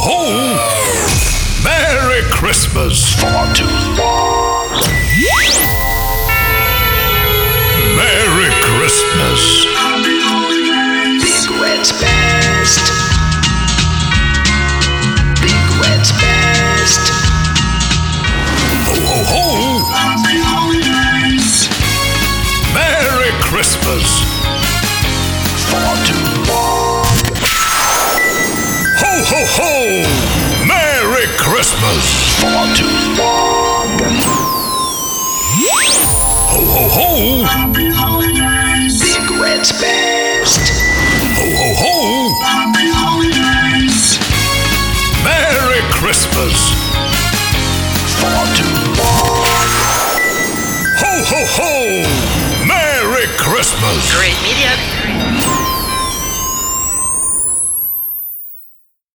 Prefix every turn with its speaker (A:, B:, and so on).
A: ho! Merry Christmas! Far too far. Merry Christmas!